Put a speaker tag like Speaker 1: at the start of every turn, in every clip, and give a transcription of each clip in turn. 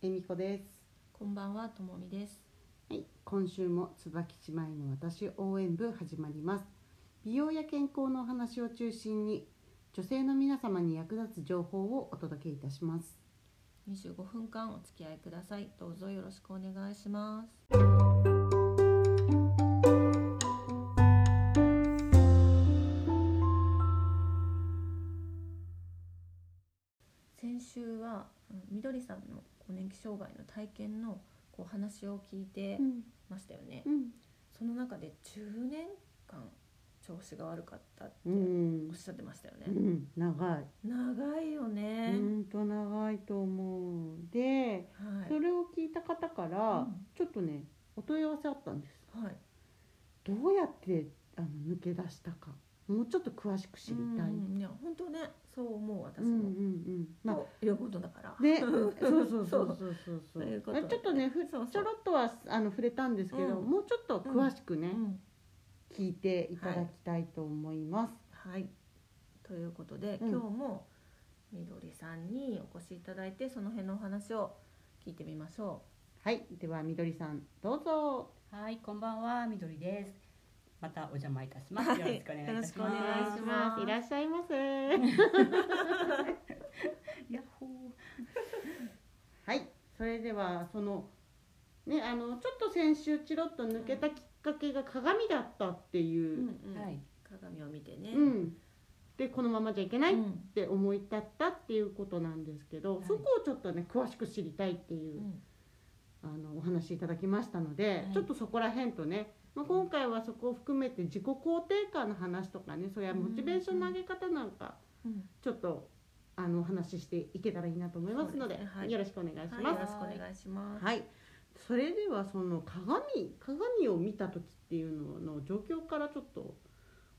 Speaker 1: えみこです。
Speaker 2: こんばんは、ともみです。
Speaker 1: はい、今週も椿姉妹の私応援部始まります。美容や健康のお話を中心に、女性の皆様に役立つ情報をお届けいたします。
Speaker 2: 25分間お付き合いください。どうぞよろしくお願いします。先週はうんみどりさんの更年期障害の体験のこう話を聞いて
Speaker 1: ん、
Speaker 2: ましたよね。
Speaker 1: うん、
Speaker 2: その中で10年間調子が悪かったって
Speaker 1: う
Speaker 2: お
Speaker 1: ん
Speaker 2: っ、しゃってましたよね。
Speaker 1: うん、長い。
Speaker 2: 長いよ
Speaker 1: う
Speaker 2: ね。
Speaker 1: んと長いと思う。で、
Speaker 2: はい。
Speaker 1: それを聞いた方から、
Speaker 2: うん
Speaker 1: ちょっとね、お問い合わせあったんです。
Speaker 2: はい。
Speaker 1: どうやってあの抜け出したか、もうちょっと詳しく知りたい。
Speaker 2: うん、いや本当ねそう思う私
Speaker 1: うん、
Speaker 2: も、
Speaker 1: うん、うん、まあ
Speaker 2: ということだから
Speaker 1: で、そうそうそうそうそう
Speaker 2: そういうこと
Speaker 1: ちょっとね、ふ
Speaker 2: そうそう
Speaker 1: ちょろっとはあの触れたんですけど、
Speaker 2: うん
Speaker 1: もうちょっと詳しく
Speaker 2: う
Speaker 1: ね、
Speaker 2: ん、
Speaker 1: 聞いていただきたいと思います。
Speaker 2: はいということで、
Speaker 1: うん
Speaker 2: 今日もみどりさんにお越しいただいてその辺のお話を聞いてみましょ
Speaker 1: はい、ではみどりさんどうぞ。
Speaker 3: はい、こんばんは、みどりです。またお邪魔いたします。
Speaker 2: はい
Speaker 3: よろしくお願いいたし
Speaker 2: よろ
Speaker 3: ま
Speaker 2: しくお願いします
Speaker 3: す。
Speaker 1: いらっしゃいま せ。
Speaker 3: ヤッホー
Speaker 1: はい、それではそのねあのちょっと先週チロッと抜けたきっかけが鏡だったって
Speaker 2: う、
Speaker 1: いう、
Speaker 3: はい、
Speaker 2: 鏡を見てね、
Speaker 1: うん、でこのままじゃいけないって思い立ったっていうことなんですけど、
Speaker 3: はい
Speaker 1: そこをちょっとね詳しく知りたいっていうう。
Speaker 2: ん
Speaker 1: あのお話しいただきましたので、
Speaker 3: はい
Speaker 1: ちょっとそこら辺とね、まあ、今回はそこを含めて自己肯定感の話とかねそういうモチベーションの上げ方なんか
Speaker 2: うん
Speaker 1: ちょっとあのお話ししていけたらいいなと思いますので
Speaker 2: そうですねはい
Speaker 1: よろしくお願いし
Speaker 2: はい、よ
Speaker 1: ま
Speaker 2: ろ
Speaker 1: す。
Speaker 2: しくお願いします、
Speaker 1: はい、それではその鏡鏡を見た時っていうのの状況からちょっと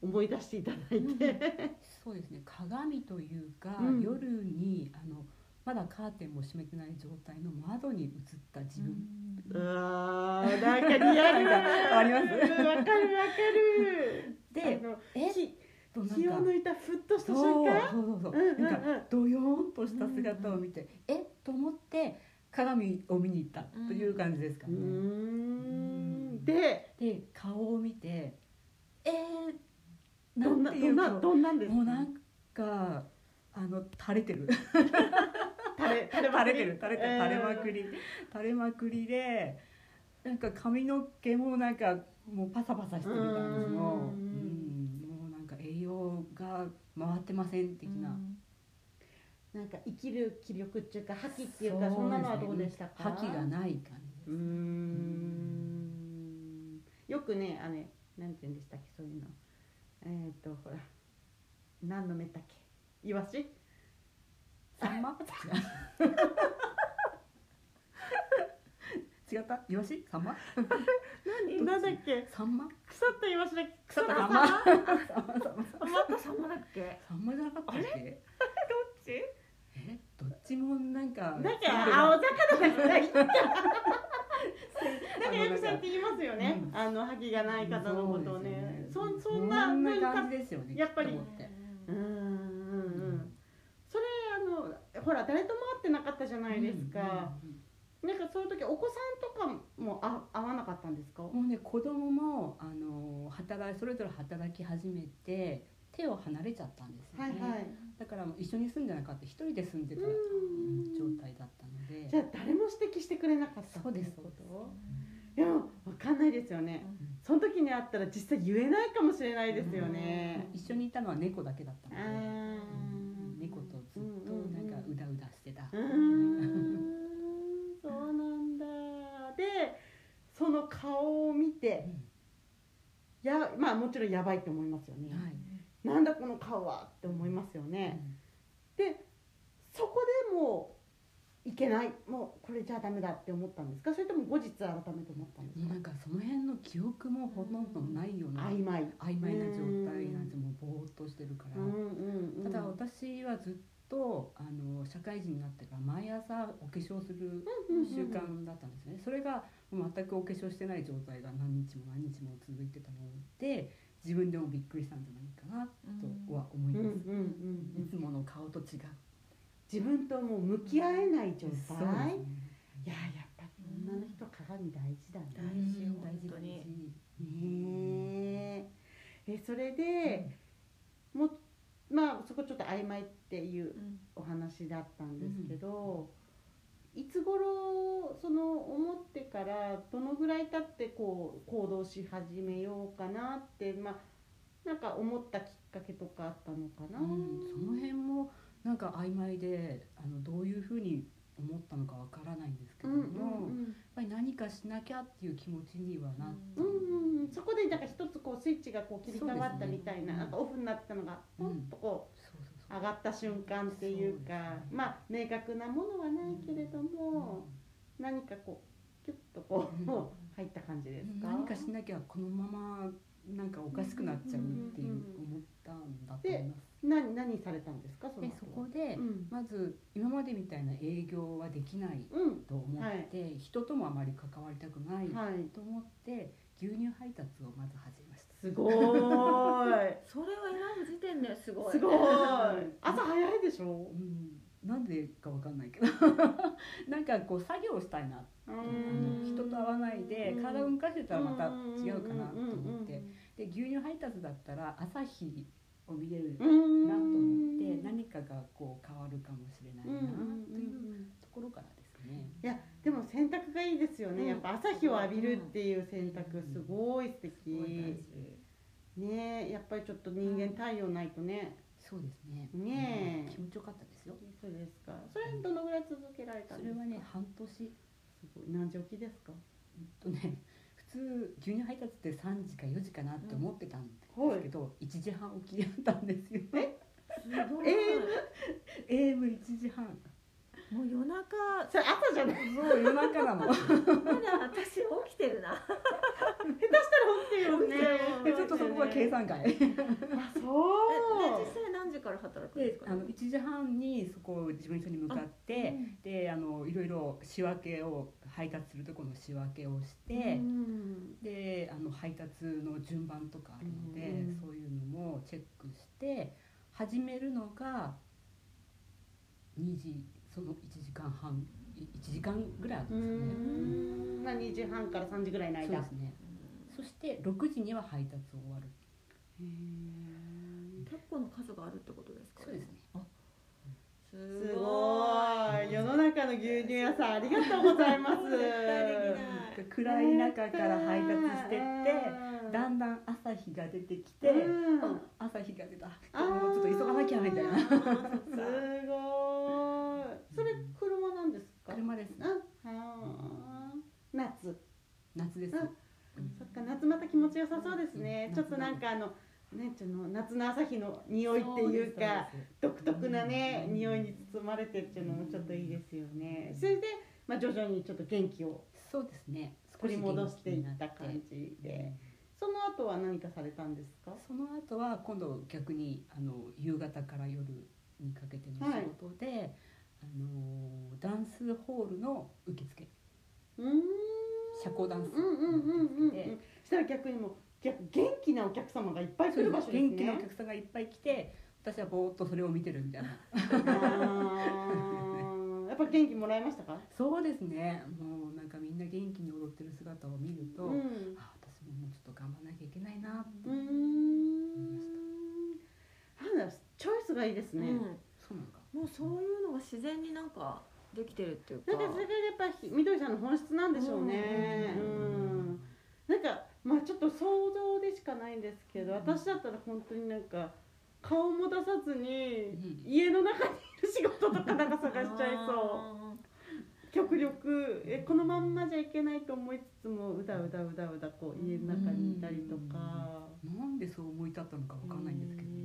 Speaker 1: 思い出していただいて、
Speaker 3: そうですね、鏡というか、
Speaker 1: うん
Speaker 3: 夜にあのまだカーテンも閉めてない状態の窓に映った自分。
Speaker 1: うわーなんかリアル
Speaker 3: なんかあります
Speaker 1: うんわかるわかる
Speaker 3: で
Speaker 1: あ、の
Speaker 3: え
Speaker 1: 火
Speaker 3: となんか
Speaker 1: 気を抜いたふっとした瞬間
Speaker 3: そうそうそうそう、
Speaker 1: うんうんうん
Speaker 3: なんかドヨーンとした姿を見て、えっと思って鏡を見に行ったという感じですか
Speaker 1: う
Speaker 3: ね。
Speaker 1: んで
Speaker 3: で、顔を見て、えー、
Speaker 1: どんな
Speaker 3: て
Speaker 1: ど
Speaker 3: いうん顔
Speaker 1: などんなんです
Speaker 3: もう
Speaker 1: か
Speaker 3: なんかあの垂れてる
Speaker 1: 垂れ垂れ
Speaker 3: 垂れてる垂れてる垂れま
Speaker 1: り
Speaker 3: くり垂れまくりでなんか髪の毛もなんかもうパサパサしてる感じの
Speaker 1: う
Speaker 3: うんんもうなんか栄養が回ってません的な、
Speaker 1: えーなんか生きる気力っていうか覇気っていうかそんなのはどうでしたか
Speaker 3: 覇気がない感
Speaker 1: うーんよくねあれなんて言うんでしたっけそういうのえっ、ー、とほら何の目だっけイワシ
Speaker 3: じさんま違ったイワシサンマ
Speaker 1: 何なんだっけ
Speaker 3: サンマ
Speaker 1: 腐ったイワシだっけ
Speaker 3: 腐った
Speaker 1: サ
Speaker 3: サ
Speaker 1: ン
Speaker 3: ン
Speaker 1: マ
Speaker 3: マ
Speaker 1: サ
Speaker 3: サンマサンマサンマ
Speaker 2: また様だっけ
Speaker 3: サンマじゃなかったっけ
Speaker 1: どっち
Speaker 3: えどっちもなんか
Speaker 1: なんか青魚だっけなんか
Speaker 3: あの
Speaker 1: 役者って言いますよね、
Speaker 3: うん
Speaker 1: あの覇気がない方のことをねそ
Speaker 3: そうんです
Speaker 1: そ
Speaker 3: よね
Speaker 1: んな
Speaker 3: そん
Speaker 1: そういう
Speaker 3: な
Speaker 1: か
Speaker 3: 感じですよね
Speaker 1: やっぱり
Speaker 3: きと
Speaker 1: う
Speaker 3: 思て
Speaker 1: うんうんう
Speaker 3: うん
Speaker 1: それあのほら誰とも会ってなかったじゃないですか、なんかそういう時お子さんとかもあ会わなかったんですか、
Speaker 3: もうね子供もあの働いそれぞれ働き始めて手を離れちゃったんですよ
Speaker 1: はい
Speaker 3: ね、
Speaker 1: はい
Speaker 3: だからもう一緒に住んでなかった一人で住んでた、
Speaker 1: うん
Speaker 3: うん状態だったので
Speaker 1: じゃあ誰も指摘してくれなかった
Speaker 3: そうです
Speaker 1: ってこと
Speaker 3: そ
Speaker 1: いやわかんないですよね、
Speaker 3: うん
Speaker 1: その時に会ったら実際言えないかもしれないですよ
Speaker 3: もう
Speaker 1: ね、
Speaker 3: 一緒にいたのは猫だけだったの
Speaker 1: あ
Speaker 3: で、
Speaker 1: ー
Speaker 3: うん猫とずっとなんかうだうだしてた、
Speaker 1: うーんそうなんだでその顔を見てやまあもちろんやばいって思いますよね、
Speaker 3: はい、
Speaker 1: なんだこの顔はって思いますよね、でそこでもういけないもうこれじゃあダメだって思ったんですかそれとも後日改めて思ったんですか
Speaker 3: なんかその辺の記憶もほとんどないような
Speaker 1: 曖昧
Speaker 3: 曖昧な状態なんですよもうぼーっとしてるから、ただ私はずっとあの社会人になってから毎朝お化粧する習慣だったんですね、それがもう全くお化粧してない状態が何日も何日も続いてたので自分でもびっくりしたんじゃないかなとは思い
Speaker 1: うんうんうん
Speaker 3: ま
Speaker 1: うん
Speaker 3: す、いつもの顔と違う
Speaker 1: 自分ともう向き合えない状
Speaker 3: そうです
Speaker 1: 態
Speaker 3: ね
Speaker 1: ややっぱり女の人鏡大事だね。
Speaker 2: 大事
Speaker 3: うん
Speaker 2: 本当に
Speaker 1: ねええそれで、もうまあそこちょっと曖昧っていう
Speaker 2: うん
Speaker 1: お話だったんですけど、いつ頃その思ってからどのぐらい経ってこう行動し始めようかなってまあなんか思ったきっかけとかあったのかな。
Speaker 3: うんその辺もなんか曖昧であのどういうふうに思ったのかわからないんですけ
Speaker 1: う
Speaker 3: ど
Speaker 1: ん
Speaker 3: も、
Speaker 1: うんうん
Speaker 3: やっぱり何かしなきゃっていう気持ちにはなった
Speaker 1: う
Speaker 3: の
Speaker 1: ん
Speaker 3: で、
Speaker 1: うんうん、そこでなんか一つこうスイッチがこう切り替わったみたい
Speaker 3: そう
Speaker 1: な,、
Speaker 3: ですね
Speaker 1: なんかオフになったのがポンとこう、
Speaker 3: そうそうそう
Speaker 1: 上がった瞬間っていうか
Speaker 3: そうですね
Speaker 1: まあ明確なものはないけれども、何かこうキュッとこう、
Speaker 3: うん
Speaker 1: もう入った感じです
Speaker 3: うん
Speaker 1: か
Speaker 3: 何かしなきゃこのままなんかおかしくなっちゃうっていう
Speaker 1: うん
Speaker 3: 思ったんだと思います。
Speaker 1: 何何されたんですかその
Speaker 3: で
Speaker 1: 後
Speaker 3: そこで
Speaker 1: うん、
Speaker 3: まず今までみたいな営業はできない
Speaker 1: うん
Speaker 3: と思って、人ともあまり関わりたくない
Speaker 1: はい
Speaker 3: と思って牛乳配達をまず始めました。
Speaker 1: すごーい
Speaker 2: それを選ぶ時点ですごい
Speaker 1: すごーい朝早いでしょ
Speaker 3: うんなんでかわかんないけど なんかこう作業したいな、
Speaker 1: う
Speaker 3: あ
Speaker 1: ん
Speaker 3: の人と会わないで
Speaker 1: うん
Speaker 3: 体を動かしてたらまた違うかなと
Speaker 1: うんうん
Speaker 3: 思ってで牛乳配達だったら朝日を見れる
Speaker 1: うんうん
Speaker 3: なと思っ
Speaker 1: う
Speaker 3: て
Speaker 1: ん
Speaker 3: 何かがこう変わるかもしれない
Speaker 1: うんうん
Speaker 3: な
Speaker 1: うん
Speaker 3: という
Speaker 1: うん
Speaker 3: ところからですね。
Speaker 1: いやでも選択がいいですよね、
Speaker 2: うん
Speaker 1: やっぱ朝日を浴びるっていう選択すごい素敵、
Speaker 2: すごい大事
Speaker 1: ねえやっぱりちょっと人間太陽ないとね、
Speaker 3: そうですね。
Speaker 1: ねえ
Speaker 3: 気持ちよかったですよ。
Speaker 1: そうですかそれどのぐらい続けられた
Speaker 3: そ
Speaker 1: んで
Speaker 3: れ
Speaker 1: すか
Speaker 3: はね半年うん
Speaker 1: すごい何時起きですか
Speaker 3: とね普通牛乳配達って3時か4時かなって思ってたんで
Speaker 1: は
Speaker 3: すけど、1時半起きだったんですよ。
Speaker 2: すごい、
Speaker 3: AM1 時半。
Speaker 2: もう夜中
Speaker 1: それ朝じゃない
Speaker 3: そう夜中なの。
Speaker 2: まだ私起きてる
Speaker 1: 下
Speaker 2: な
Speaker 1: 手したら起きてるよね
Speaker 3: でちょっとそこは計算外。
Speaker 1: あ
Speaker 3: で
Speaker 1: そ
Speaker 2: えで
Speaker 1: う
Speaker 2: 実際何時から働くんですか
Speaker 3: あの1時半にそこ事務所に向かってであのいろいろ仕分けを配達するところの仕分けをして。
Speaker 1: うん
Speaker 3: であの配達の順番とかあるので、
Speaker 1: うん
Speaker 3: そういうのもチェックして始めるのが2時その1時間半い1時間ぐらいある
Speaker 1: うんん
Speaker 3: で
Speaker 1: まあ2時半から3時ぐらいの
Speaker 3: すよ
Speaker 1: 間
Speaker 3: ね。そうですねそして6時には配達終わる
Speaker 1: へ
Speaker 2: 結構の数があるってことですか
Speaker 3: そうですね
Speaker 1: え
Speaker 2: す
Speaker 1: す
Speaker 2: ご
Speaker 1: ごい世の中の牛乳屋さんありがとうございます
Speaker 2: 絶対できない
Speaker 3: 暗い中から配達してって
Speaker 1: うん
Speaker 3: だんだん朝日が出てきて、
Speaker 1: うん
Speaker 3: あ朝日が出た
Speaker 1: あー
Speaker 3: もうちょっと急がなきゃみたいな
Speaker 1: すごい。それ車なんですか。
Speaker 3: 車です
Speaker 1: あ、はー夏。
Speaker 3: 夏です、
Speaker 1: うん
Speaker 2: うん
Speaker 1: そっか夏また気持ちよさそうですね
Speaker 3: う。ん
Speaker 1: ちょっとなんかあの。ね、ちょっと夏の朝日の匂いっていうか
Speaker 3: そうです
Speaker 1: 独特なね
Speaker 3: うん
Speaker 1: 匂いに包まれてっていうのもちょっといいですよねそれで、まあ、徐々にちょっと元気を
Speaker 3: そうですね
Speaker 1: 取り戻していった
Speaker 3: 少し
Speaker 1: 感
Speaker 3: 元
Speaker 1: じ
Speaker 3: 気になっ
Speaker 1: で
Speaker 3: て
Speaker 1: その後は何かされたんですか
Speaker 3: その後は今度逆にあの夕方から夜にかけての仕事で、あのダンスホールの受付
Speaker 1: うーん
Speaker 3: 社交ダンス
Speaker 1: うんうんうんうんうん
Speaker 3: で
Speaker 1: したら逆にもう逆元気なお客様がいっぱい来る場所ですね
Speaker 3: 元気なお客さんがいっぱい来て私はぼーっとそれを見てるみたいな
Speaker 1: あーやっぱ元気もらえましたか
Speaker 3: そうですねもうなんかみんな元気に踊ってる姿を見ると、
Speaker 1: ん
Speaker 3: あ私ももうちょっと頑張らなきゃいけないなって、
Speaker 1: うーんなんだチョイスがいいです
Speaker 2: い、
Speaker 1: ね、
Speaker 3: そうなのか
Speaker 2: うん、もうそういうのが自然になんかできてるっていうか
Speaker 1: なんかそれがやっぱひみどりさんの本質なんでしょうねうん、なんかまあちょっと想像でしかないんですけど、
Speaker 3: うん
Speaker 1: 私だったら本当になんか顔も出さずに、
Speaker 3: うん
Speaker 1: 家の中にいる仕事とかなんか探しちゃいそう
Speaker 2: あ
Speaker 1: 極力えこのまんまじゃいけないと思いつつもうだうだうだうだこう家の中にいたりとか、
Speaker 3: なんでそう思い立ったのかわかんないんですけどね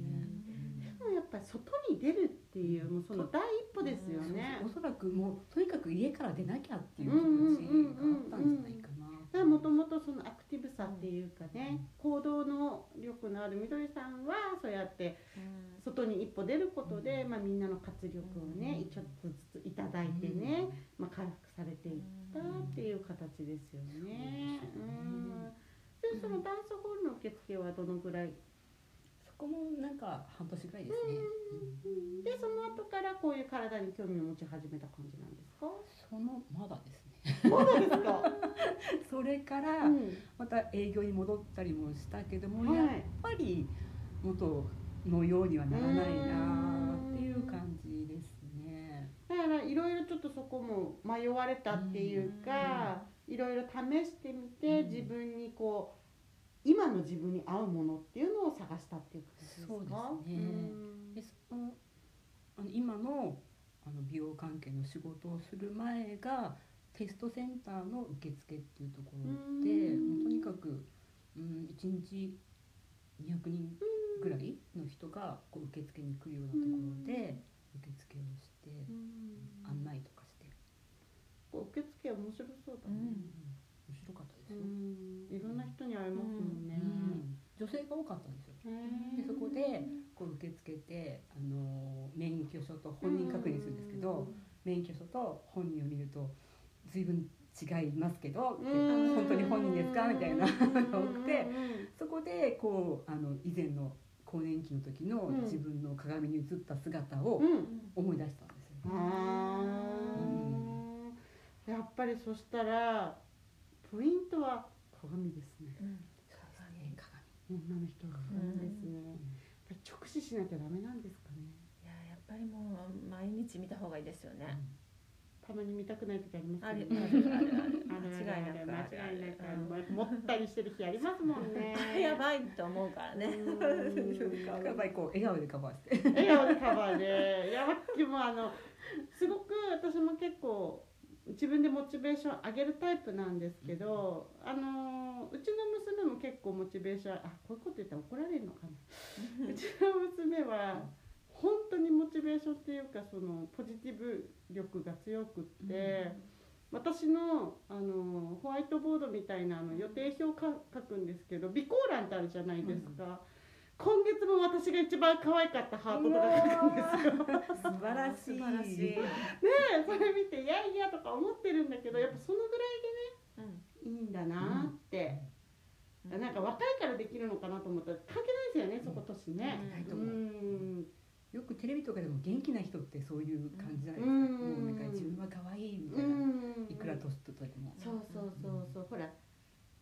Speaker 2: ーう
Speaker 1: で
Speaker 2: ん
Speaker 1: もやっぱり外に出るっていうもうその第一歩ですよね。
Speaker 3: おそらくもうとにかく家から出なきゃっていう気持ちがあったんじゃないかな。
Speaker 1: だからもともとそのアクティブさっていうかね、行動能力のあるみどりさんはそうやって
Speaker 2: うん
Speaker 1: 外に一歩出ることで、
Speaker 3: う
Speaker 1: まあ、みんなの活力をね
Speaker 3: うん
Speaker 1: ちょっとずついただいてね、まあ、回復されていったっていう形ですよね。
Speaker 3: そうです
Speaker 1: う
Speaker 3: ね
Speaker 1: んでそのダンスホールの受付はどのぐらい
Speaker 3: そこもなんか半年ぐらいですね。
Speaker 1: でその後からこういう体に興味を持ち始めた感じなんですか
Speaker 3: そのまだですね。
Speaker 1: まだですか。
Speaker 3: それから
Speaker 1: うん
Speaker 3: また営業に戻ったりもしたけども、やっ
Speaker 1: はい。
Speaker 3: ぱり元のようにはならないなっていう感じですね。
Speaker 1: だからいろいろちょっとそこも迷われたっていうか、いろいろ試してみて、
Speaker 3: うん
Speaker 1: 自分にこう今の自分に合うものっていうのを探したっていう感じですか。
Speaker 3: そうですねでそのあの今のあの美容関係の仕事をする前がテストセンターの受付っていうところで
Speaker 1: うん
Speaker 3: もうとにかく、うん、1日200人ぐらいの人がこう受付に来るようなところで受付をして
Speaker 1: うん
Speaker 3: 案内とかして、
Speaker 1: 受付面白そうだね。
Speaker 2: うん
Speaker 3: 面白かったです
Speaker 1: う
Speaker 3: よ、
Speaker 1: んいろんな人に会えますもんね
Speaker 3: う。ん女性が多かったんですよ
Speaker 1: ね
Speaker 3: でそこでこう受け付けて、あの免許証と本人確認するんですけど、免許証と本人を見ると随分違いますけど、って
Speaker 1: うん
Speaker 3: 本当に本人ですかみたいなが多くて
Speaker 1: うんうん
Speaker 3: そこでこうあの以前の更年期の時の
Speaker 1: うん
Speaker 3: 自分の鏡に映った姿を
Speaker 1: うんうん
Speaker 3: 思い出したんですよね。
Speaker 1: あーやっぱりそしたらポイントは鏡ですね
Speaker 3: そうですね鏡
Speaker 1: 女の人が鏡ですね、やっぱり直視しなきゃダメなんですかね
Speaker 2: いややっぱりもう毎日見た方がいいですよね。
Speaker 1: たまに見たくない時あります
Speaker 2: あ
Speaker 1: よ
Speaker 2: る
Speaker 1: ね
Speaker 2: ある
Speaker 1: ある
Speaker 2: あるある間違いなくある
Speaker 1: 間違いなくあ
Speaker 2: あ
Speaker 1: る持ったりしてる日ありますもんね
Speaker 2: る。やばいと思うからね。
Speaker 1: うん
Speaker 3: やっぱりこう笑顔でカバーして
Speaker 1: 笑顔でカバーでいやでもあのすごく私も結構自分でモチベーション上げるタイプなんですけど、あのうちの娘も結構モチベーションあこういうこと言ったら怒られるのかなうちの娘は本当にモチベーションっていうかそのポジティブ力が強くって、私のあのホワイトボードみたいなあの予定表をか書くんですけど備考欄ってあるじゃないですか、今月も私が一番可愛かったハートとか書くんですよ。
Speaker 3: 素晴らしい
Speaker 2: 素晴らしい。
Speaker 1: ねえそれ見ていやいやとか思ってるんだけどやっぱそのぐらいいいんだなって、
Speaker 2: うん
Speaker 1: なんか若いからできるのかなと思ったら関係ないですよねそこ年ね。
Speaker 3: ないと
Speaker 1: う
Speaker 3: 思うんよくテレビとかでも元気な人ってそういう感じじゃないですか、
Speaker 1: うん
Speaker 3: もうなんか自分は可愛いみ
Speaker 1: う
Speaker 3: たいな、
Speaker 1: ん
Speaker 3: いくら年取っても、
Speaker 1: そうそうそうそうほら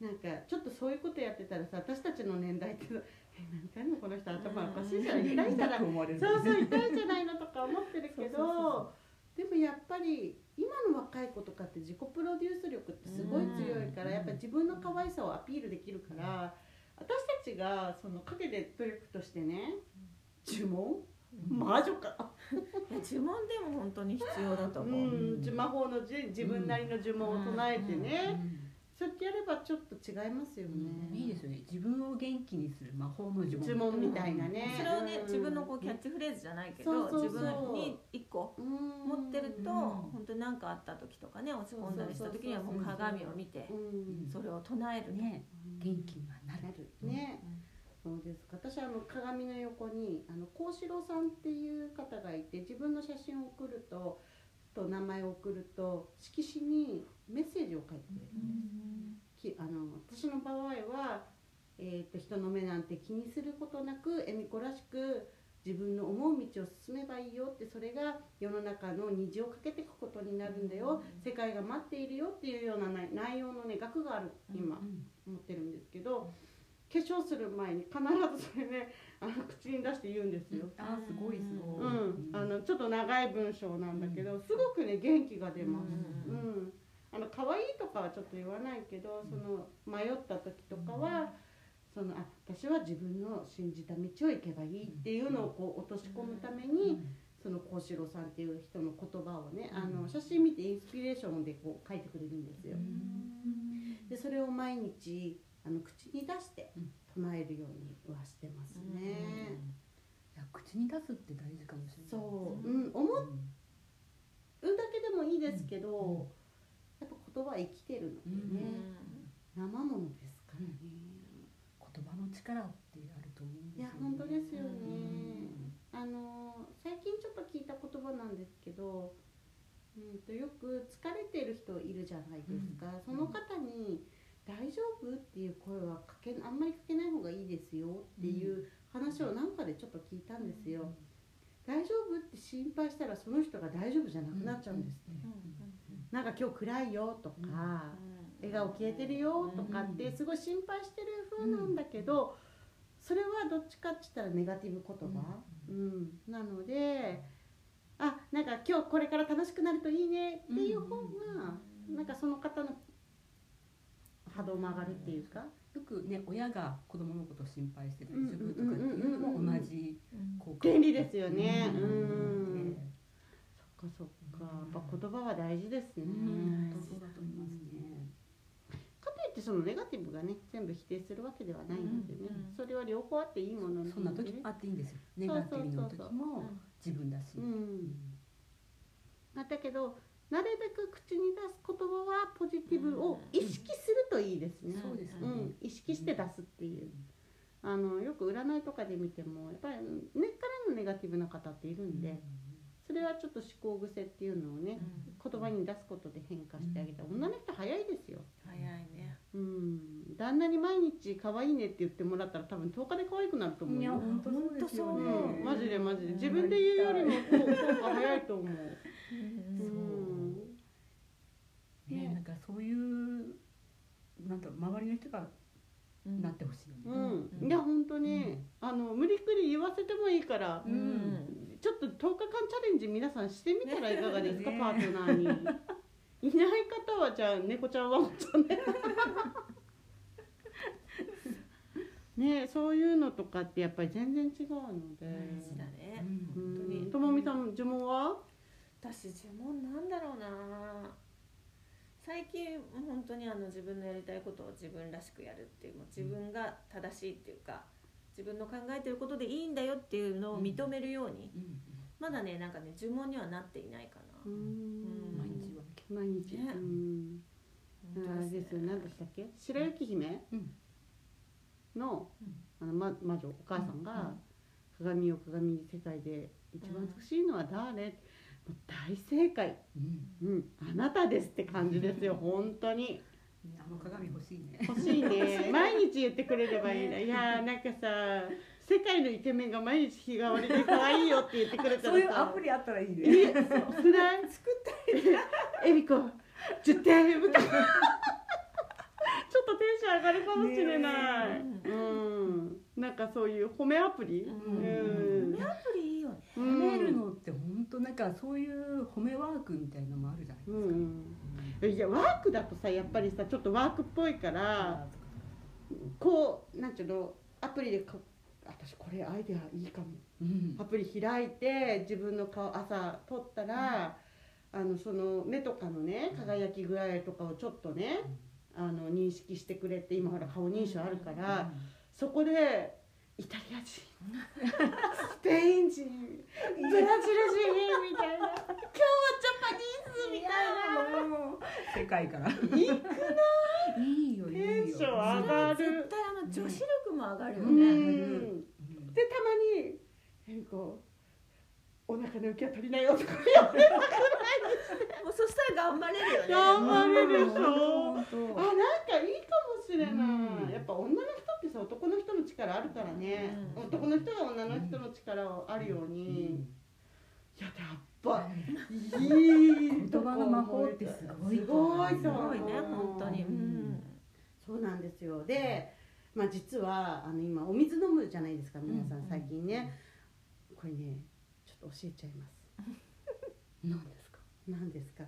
Speaker 1: なんかちょっとそういうことやってたらさ私たちの年代って「え何回もこの人頭おかしいじゃない痛いじゃない
Speaker 3: 痛く思われるんで
Speaker 1: そ
Speaker 3: す
Speaker 1: う
Speaker 3: ね
Speaker 1: そう痛いじゃないのとか思ってるけ
Speaker 3: そうそうそう
Speaker 1: どでもやっぱり今の若い子とかって自己プロデュース力ってすごい強いか
Speaker 3: う
Speaker 1: ら
Speaker 3: ん
Speaker 1: やっぱり自分の可愛さをアピールできるから私たちがその陰で努力としてね呪文魔女か、
Speaker 2: いや呪文でも本当に必要だと
Speaker 1: う
Speaker 2: 思う。
Speaker 1: ん、じ魔法のじ自分なりの呪文を唱えてねそうやってやればちょっと違いますよ
Speaker 3: うんいいで
Speaker 1: ね
Speaker 3: すよね自分を元気にする魔法の呪文
Speaker 1: 呪文みたいなね
Speaker 2: それをね
Speaker 1: うん
Speaker 2: 自分のこうキャッチフレーズじゃないけ
Speaker 1: そ
Speaker 2: ど
Speaker 1: うそう
Speaker 2: 自
Speaker 1: そう
Speaker 2: 分に一個持
Speaker 1: 持
Speaker 2: ってると
Speaker 3: うん
Speaker 2: 本当に何かあった時とかね落ち込んだりした時にはもう鏡を見て
Speaker 1: うん
Speaker 2: それを唱えるね。
Speaker 3: ね元気にはな
Speaker 1: な
Speaker 3: る
Speaker 1: るね、そうですか私あの鏡の横にあの幸四郎さんっていう方がいて自分の写真を送るとと名前を送ると色紙にメッセージを書いてくれるんです、きあの私の場合は、えー、と人の目なんて気にすることなく恵美子らしく自分の思う道を進めばいいよってそれが世の中の虹をかけていくことになるんだよ、
Speaker 2: うん
Speaker 1: 世界が待っているよっていうような内内容のね額がある今、持ってるんですけど化粧する前に必ずそれねあの口に出して言うんですよ、
Speaker 3: あーすごいすごい、
Speaker 1: うんあのちょっと長い文章なんだけど、すごくね元気が出ます、うんあの可愛いとかはちょっと言わないけどその迷った時とかは、そのあ私は自分の信じた道を行けばいいっていうのをこう落とし込むために、その幸四郎さんっていう人の言葉をねあの写真見てインスピレーションでこう書いてくれるんですよ。でそれを毎日あの口に出して
Speaker 3: うん
Speaker 1: 唱えるようにはしてます
Speaker 3: うん
Speaker 1: ね。
Speaker 3: いや口に出すって大事かもしれない
Speaker 1: そう、
Speaker 2: う
Speaker 1: うん、思
Speaker 3: うん
Speaker 1: うだけでもいいですけど、
Speaker 3: うん
Speaker 1: やっぱ言葉は生きてるのでね、生ものですからね。
Speaker 3: 言葉の力ってあると思うんです
Speaker 1: いや本当ですよね。あの最近ちょっと聞いた言葉なんですけど、うん、とよく疲れてる人いるじゃないですか、その方に「大丈夫?」っていう声はかけあんまりかけない方がいいですよっていう話をなんかでちょっと聞いたんですよ。大丈夫って心配したらその人が大丈夫じゃなくなっちゃうんですって、なんか今日暗いよとか、笑顔消えてるよとかってすごい心配してる風なんだけど、それはどっちかって言ったらネガティブ言葉、うんなのであなんか今日これから楽しくなるといいねっていう方が、なんかその方の波動も上がるっていうか、
Speaker 3: よくね親が子供のことを心配して大丈夫とかっていうのも同じ効果
Speaker 1: 便利ですよね
Speaker 3: う
Speaker 1: うんん、
Speaker 3: ね
Speaker 1: そっかそっかやっぱ言葉は大事ですね、
Speaker 3: うん
Speaker 1: か
Speaker 3: そうだと思いますね。
Speaker 1: といってそのネガティブがね全部否定するわけではないのでね、
Speaker 2: うんうん
Speaker 1: それは両方あっていいもの
Speaker 3: そんな時
Speaker 1: ね
Speaker 3: あっていいんですよ。ネガティブの時
Speaker 1: そうそう
Speaker 3: も自分だし。
Speaker 1: うんまあだけどなるべく口に出す言葉はポジティブを意識するといいですね、
Speaker 3: そうですね
Speaker 1: う。ん、意識して出すっていう、あのよく占いとかで見てもやっぱり根っからのネガティブな方っているんで、それはちょっと思考癖っていうのをね、言葉に出すことで変化してあげた、
Speaker 3: うん
Speaker 1: 女の人早いですよ、
Speaker 2: 早いね。
Speaker 1: うん、旦那に毎日可愛いねって言ってもらったら多分10日で可愛くなると思う
Speaker 3: いや
Speaker 1: よ、
Speaker 3: 本当そうですよね
Speaker 2: 本当そう
Speaker 1: うん、マジでマジで
Speaker 2: うん
Speaker 1: 自分で言うよりもこう効果早いと思う、
Speaker 3: そう
Speaker 1: うん
Speaker 3: ね
Speaker 1: ね
Speaker 3: なんかそういうなんだろう周りの人がなってほしいよね。
Speaker 1: うん
Speaker 2: うん
Speaker 1: いや本当に、
Speaker 3: うん
Speaker 1: あの無理くり言わせてもいいから、
Speaker 3: うん
Speaker 1: ちょっと10日間チャレンジ皆さんしてみたらいかがですか、
Speaker 3: ね
Speaker 1: パートナー にいない方はじゃあ猫ちゃんはもちゃんね ねえそういうのとかってやっぱり全然違うので
Speaker 2: 大事だね。
Speaker 1: う
Speaker 3: うん
Speaker 1: ん
Speaker 2: 本当に
Speaker 1: ともみさん呪文は
Speaker 2: 私呪文なんだろうな。最近本当にあの自分のやりたいことを自分らしくやるっていうもう自分が正しいっていうか自分の考えてることでいいんだよっていうのを認めるように、
Speaker 3: うん
Speaker 2: まだねなんかね呪文にはなっていないか
Speaker 1: う
Speaker 2: な。
Speaker 1: ん
Speaker 3: 毎日は。
Speaker 1: 毎日、
Speaker 2: ね
Speaker 1: うん
Speaker 2: 本当
Speaker 1: あれですよ何でしたっけ白雪姫
Speaker 3: うん
Speaker 1: の,、
Speaker 2: う
Speaker 1: あ
Speaker 2: ん
Speaker 1: のま魔女お母さん
Speaker 3: うんう
Speaker 1: が「鏡よ鏡世界で一番美しいのは誰?」もう大正解、
Speaker 3: うん
Speaker 1: うん、あなたですって感じですよ本当に
Speaker 3: あの鏡欲しいね。
Speaker 1: 欲しいね 毎日言ってくれればいいな、いやーなんかさ世界のイケメンが毎日日替わりで可愛いよって言ってくれたらさ
Speaker 3: そういうアプリあったらいいね。
Speaker 1: え少ない作ったえみこ10点みたいなちょっとテンション上がるかもしれない、
Speaker 2: ねえ
Speaker 1: うんなんかそういう褒めアプリ、
Speaker 2: うん
Speaker 1: うん
Speaker 2: アプリいいよね。
Speaker 1: う
Speaker 3: 褒
Speaker 1: ん
Speaker 3: めるのって本当なんかそういう褒めワークみたいのもあるじゃないで
Speaker 1: う
Speaker 3: すか。
Speaker 1: んいやワークだとさやっぱりさちょっとワークっぽいからこうなんちゅうのアプリでか私これアイデアいいかも
Speaker 3: うん
Speaker 1: アプリ開いて自分の顔朝撮ったら、あのその目とかのね輝き具合とかをちょっとね、あの認識してくれて今ほら顔認証あるから、そこでイタリア人ス ペイン人ブラジル人みたいな今日は
Speaker 2: み
Speaker 1: ジャ
Speaker 3: もう世界から。い
Speaker 1: パニーズみたいない
Speaker 3: いよいいよ。
Speaker 1: テンション上がる
Speaker 2: 絶対あの女子力も上がるよ
Speaker 1: う
Speaker 2: ね。
Speaker 1: ん
Speaker 3: うん
Speaker 1: でたまに変更お腹の浮きは取りなよとか
Speaker 2: もうそしたら頑張れるよね。
Speaker 1: 頑張れるでしょ
Speaker 3: 本当
Speaker 1: あなんかいいかもしれない、
Speaker 3: うん
Speaker 1: やっぱ女の人ってさ男の人の力あるからね、
Speaker 2: うん
Speaker 1: 男の人が女の人の力をあるように、いややっぱいい
Speaker 3: 言葉の魔法ってすごい
Speaker 1: すごい
Speaker 3: と
Speaker 1: と
Speaker 2: す
Speaker 1: 思
Speaker 2: ご
Speaker 1: う
Speaker 2: いね本当に。うん。
Speaker 1: そうなんですよで、まあ、実はあの今お水飲むじゃないですか皆さ
Speaker 2: うん
Speaker 1: ん最近ね、これねちょっと教えちゃいます
Speaker 3: なんですか。
Speaker 1: 何ですか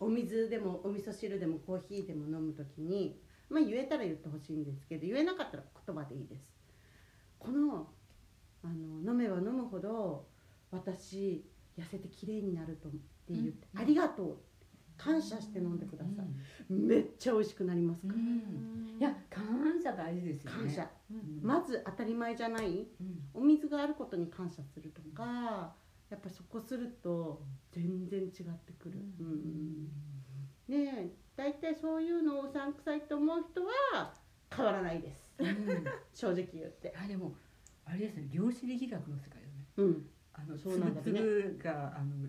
Speaker 1: お水でもお味噌汁でもコーヒーでも飲むときに、まあ、言えたら言ってほしいんですけど言えなかったら言葉でいいですこのあの飲めば飲むほど私痩せて綺麗になると思って言って、
Speaker 3: うん
Speaker 1: ありがとう感謝して飲んでください、めっちゃ美味しくなります
Speaker 3: う
Speaker 1: から、
Speaker 3: ん。いや感謝大事ですよね。
Speaker 1: 感謝、
Speaker 3: うん。
Speaker 1: まず当たり前じゃない
Speaker 3: う
Speaker 1: お
Speaker 3: ん
Speaker 1: 水があることに感謝するとか、やっぱそこすると全然違ってくる、
Speaker 2: うん
Speaker 1: うんねえ大体そういうのをうさんくさいと思う人は変わらないです
Speaker 3: うん
Speaker 1: 正直言って、
Speaker 3: あでもあれですね量子力学の世界だね。
Speaker 1: うん、
Speaker 3: あの
Speaker 1: そうなんだね
Speaker 3: 粒々があの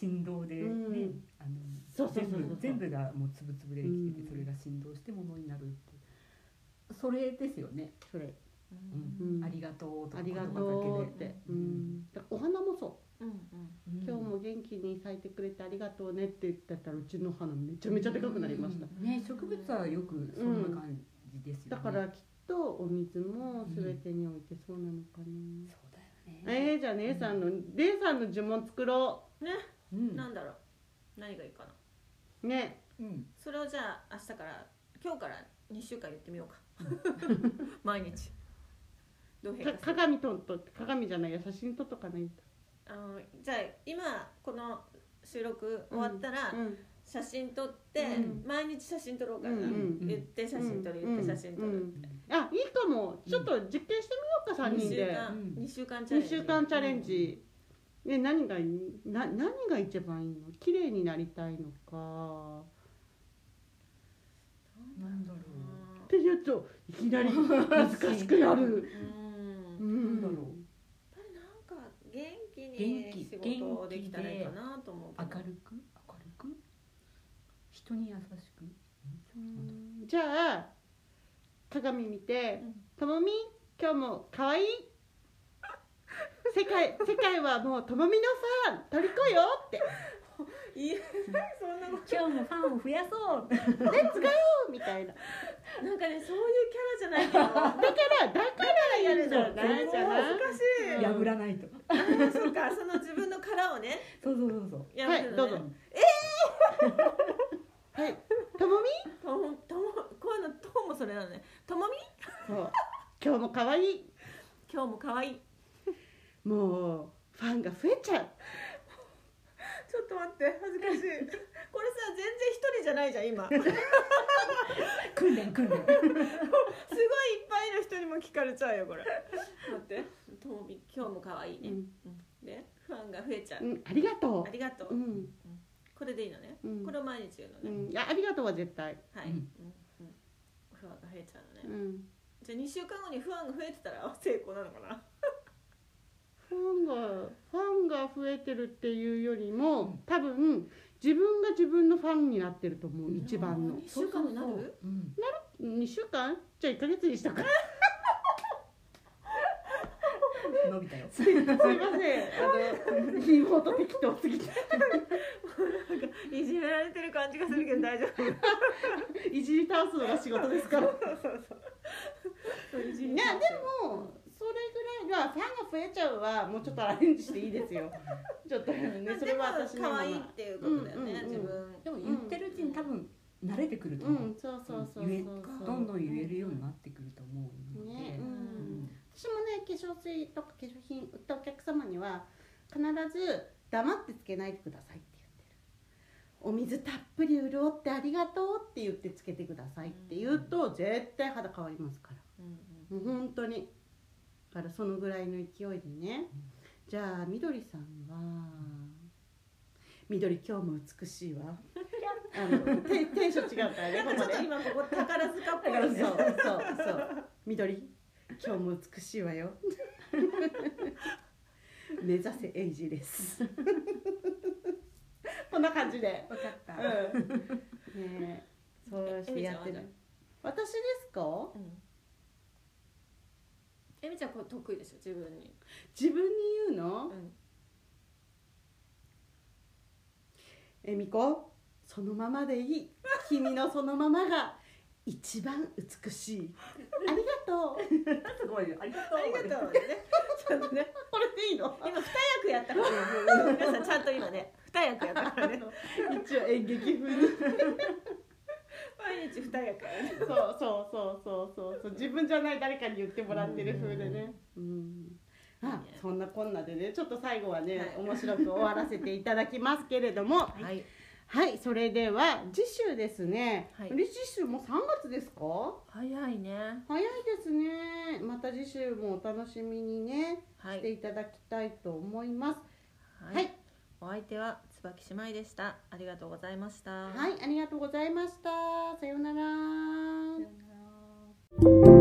Speaker 3: 振動でね、
Speaker 1: うん
Speaker 3: あの
Speaker 1: そうそうそうそう
Speaker 3: 全部全部がもう粒々ででき
Speaker 1: う
Speaker 3: てて、
Speaker 1: ん
Speaker 3: それが振動してものになるっていうそれですよね。
Speaker 1: それ
Speaker 3: うん
Speaker 1: うん
Speaker 3: ありがとうとか
Speaker 1: ありが
Speaker 3: 言葉だ
Speaker 1: とうっ
Speaker 3: けで
Speaker 1: て、うん、だからお花もそに咲いてくれてありがとうねって言ってたらうちの花めちゃめちゃでかくなりました、
Speaker 3: ね植物はよくそんな感じですよね、
Speaker 1: だからきっとお水も全てにおいてそうなのかな、
Speaker 3: そうだよね
Speaker 1: えー、じゃあ姉さんの、姉さんの呪文作ろ
Speaker 2: ね
Speaker 3: うん
Speaker 2: なんだろう何がいいかな
Speaker 1: うね
Speaker 3: うん
Speaker 2: それをじゃあ明日から今日から2週間言って みようか毎日どう変
Speaker 1: か
Speaker 2: 化する
Speaker 1: 鏡とんと鏡じゃないや写真撮っとかないと、
Speaker 2: あのじゃあ今この収録終わったら、
Speaker 1: うん
Speaker 2: 写真撮って、
Speaker 1: うん
Speaker 2: 毎日写真撮ろうかな、
Speaker 1: うん
Speaker 3: うん
Speaker 2: 言って写真撮る、言って写真撮る、
Speaker 1: うんうんあいいかもちょっと実験してみようか3
Speaker 2: 2
Speaker 1: 人
Speaker 2: 週
Speaker 1: で
Speaker 2: 間、
Speaker 3: うん
Speaker 2: 2週間チャレン
Speaker 1: 2
Speaker 2: ジ
Speaker 1: 週間チャレンジ、ね、何がいいな何が一番いいの綺麗になりたいのか
Speaker 3: なんだろ
Speaker 1: ってやつをいきなり難しくなる
Speaker 2: うん
Speaker 1: う
Speaker 2: やっ
Speaker 3: なんんだろう
Speaker 2: ぱりなんか元気
Speaker 3: 元
Speaker 2: に
Speaker 3: 気
Speaker 2: 仕事をできたらいいかなと思う
Speaker 3: 明
Speaker 2: けど
Speaker 3: るく明るく人に優しく
Speaker 1: うんじゃあ鏡見て
Speaker 2: うん
Speaker 1: 「ともみ今日も可愛い世界世界はもうともみのファン虜よ」って
Speaker 2: いやそんなこ
Speaker 3: 今日もファンを増やそう
Speaker 1: 「レッツゴー!」みたいなだ
Speaker 2: となんかねそういうキャラじゃないけど
Speaker 1: からだからやるじゃない
Speaker 2: 恥
Speaker 1: じゃない
Speaker 2: ずかしい
Speaker 3: 破ら ないと
Speaker 2: あそうかその自分の殻をね
Speaker 3: そうそうそうそう
Speaker 2: や
Speaker 1: は
Speaker 2: め
Speaker 1: い
Speaker 2: る
Speaker 1: ど
Speaker 2: の
Speaker 1: う
Speaker 2: ね
Speaker 1: ぞえーはいともみ
Speaker 2: ともとも声のトーンもそれなのねともみ
Speaker 1: そう今日も可愛い
Speaker 2: 今日も可愛い
Speaker 1: もうファンが増えちゃう
Speaker 2: ちょっと待って恥ずかしいこれさ全然一人じゃないじゃん今すごいいっ
Speaker 3: 訓練訓練
Speaker 2: ぱいの人にも聞かれちゃうよこれ待ってともみ今日も可愛いね、うんでファンが増えちゃう、
Speaker 1: うん、ありがと
Speaker 2: ありがとう、
Speaker 1: ううん
Speaker 2: これでいいのね、
Speaker 1: うん
Speaker 2: これを毎日言うの
Speaker 1: う
Speaker 2: ね、
Speaker 1: ん、いやありがとうは絶対、
Speaker 2: はい、うう
Speaker 3: うんん
Speaker 2: んファンが増えちゃうのね、
Speaker 1: うん、
Speaker 2: じゃあ2週間後にファンが増えてたら成功なのかな
Speaker 1: ファンがファンが増えてるっていうよりも、
Speaker 3: うん
Speaker 1: 多分自分が自分のファンになってると思う一番の
Speaker 2: 2週間になる
Speaker 3: そうそうそううん
Speaker 1: 2週間じゃあ1ヶ月にしたから
Speaker 3: 伸びたよ
Speaker 1: すいませんあの妹適当すぎて
Speaker 2: いじめられてる感じがするけど大丈 夫
Speaker 1: いじり倒すのが仕事ですから
Speaker 2: そうそうそういじ
Speaker 1: い
Speaker 2: り
Speaker 1: やでもそれぐらいまあファンが増えちゃうはもうちょっとアレンジしていいです よちょっとね
Speaker 2: まあ
Speaker 1: それは私
Speaker 2: で
Speaker 1: の
Speaker 2: も
Speaker 1: ま
Speaker 2: 可
Speaker 1: ま
Speaker 2: 愛いっていうことだよね、
Speaker 1: うんうんうん
Speaker 2: 自分
Speaker 3: でも言ってるうちに多分慣れてくると
Speaker 1: う
Speaker 3: 思うん
Speaker 1: そうそうそうそう
Speaker 3: 言え
Speaker 1: そう
Speaker 3: どんどん言えるようになってくると思うので、
Speaker 1: ねう
Speaker 3: うんん
Speaker 1: 私もね化粧水とか化粧品売ったお客様には必ず黙ってつけないでくださいって言ってるお水たっぷり潤ってありがとうって言ってつけてくださいって言うと絶対肌変わりますからもう本当にだからそのぐらいの勢いでねじゃあみどりさんはみどり今日も美しいわあのテテンション違うからね
Speaker 2: なん
Speaker 1: ここ
Speaker 2: かちょっ
Speaker 1: で
Speaker 2: と今ここ宝塚っぽ
Speaker 1: だ
Speaker 2: い
Speaker 1: か
Speaker 2: よ
Speaker 1: らそう
Speaker 2: ね
Speaker 1: そうそう緑今日も美しいわよ目指せエイジですこんな感じで
Speaker 3: 分かった
Speaker 1: うんねえそうしてやって
Speaker 2: エイジは
Speaker 1: る私ですか
Speaker 2: うんえみちゃんこれ得意でしょ自分に、
Speaker 1: 自分に言うの
Speaker 2: うん、
Speaker 1: えみこそのままでいい君のそのままが一番美しいありがとう
Speaker 3: すごいありがと
Speaker 2: ありがとうねちゃんとね
Speaker 1: これでいいの
Speaker 2: 今二役やったからね皆さんちゃんと今ね二役やったからね
Speaker 1: 一応演劇風に
Speaker 2: 毎日二役やね
Speaker 1: そうそうそうそうそうそう自分じゃない誰かに言ってもらってる風でね。うんあそんなこんなでねちょっと最後はね、
Speaker 2: はい
Speaker 1: 面白く終わらせていただきますけれどもはい、
Speaker 2: い
Speaker 1: それでは次週ですね、
Speaker 2: はい
Speaker 1: 次週も3月ですか
Speaker 2: 早いね
Speaker 1: 早いですねまた次週もお楽しみにね
Speaker 2: は
Speaker 1: していただきたいと思います
Speaker 2: はい、
Speaker 1: はい
Speaker 2: お相手は椿姉妹でしたありがとうございました
Speaker 1: はい、ありがとうございましたさようなら
Speaker 2: さようなら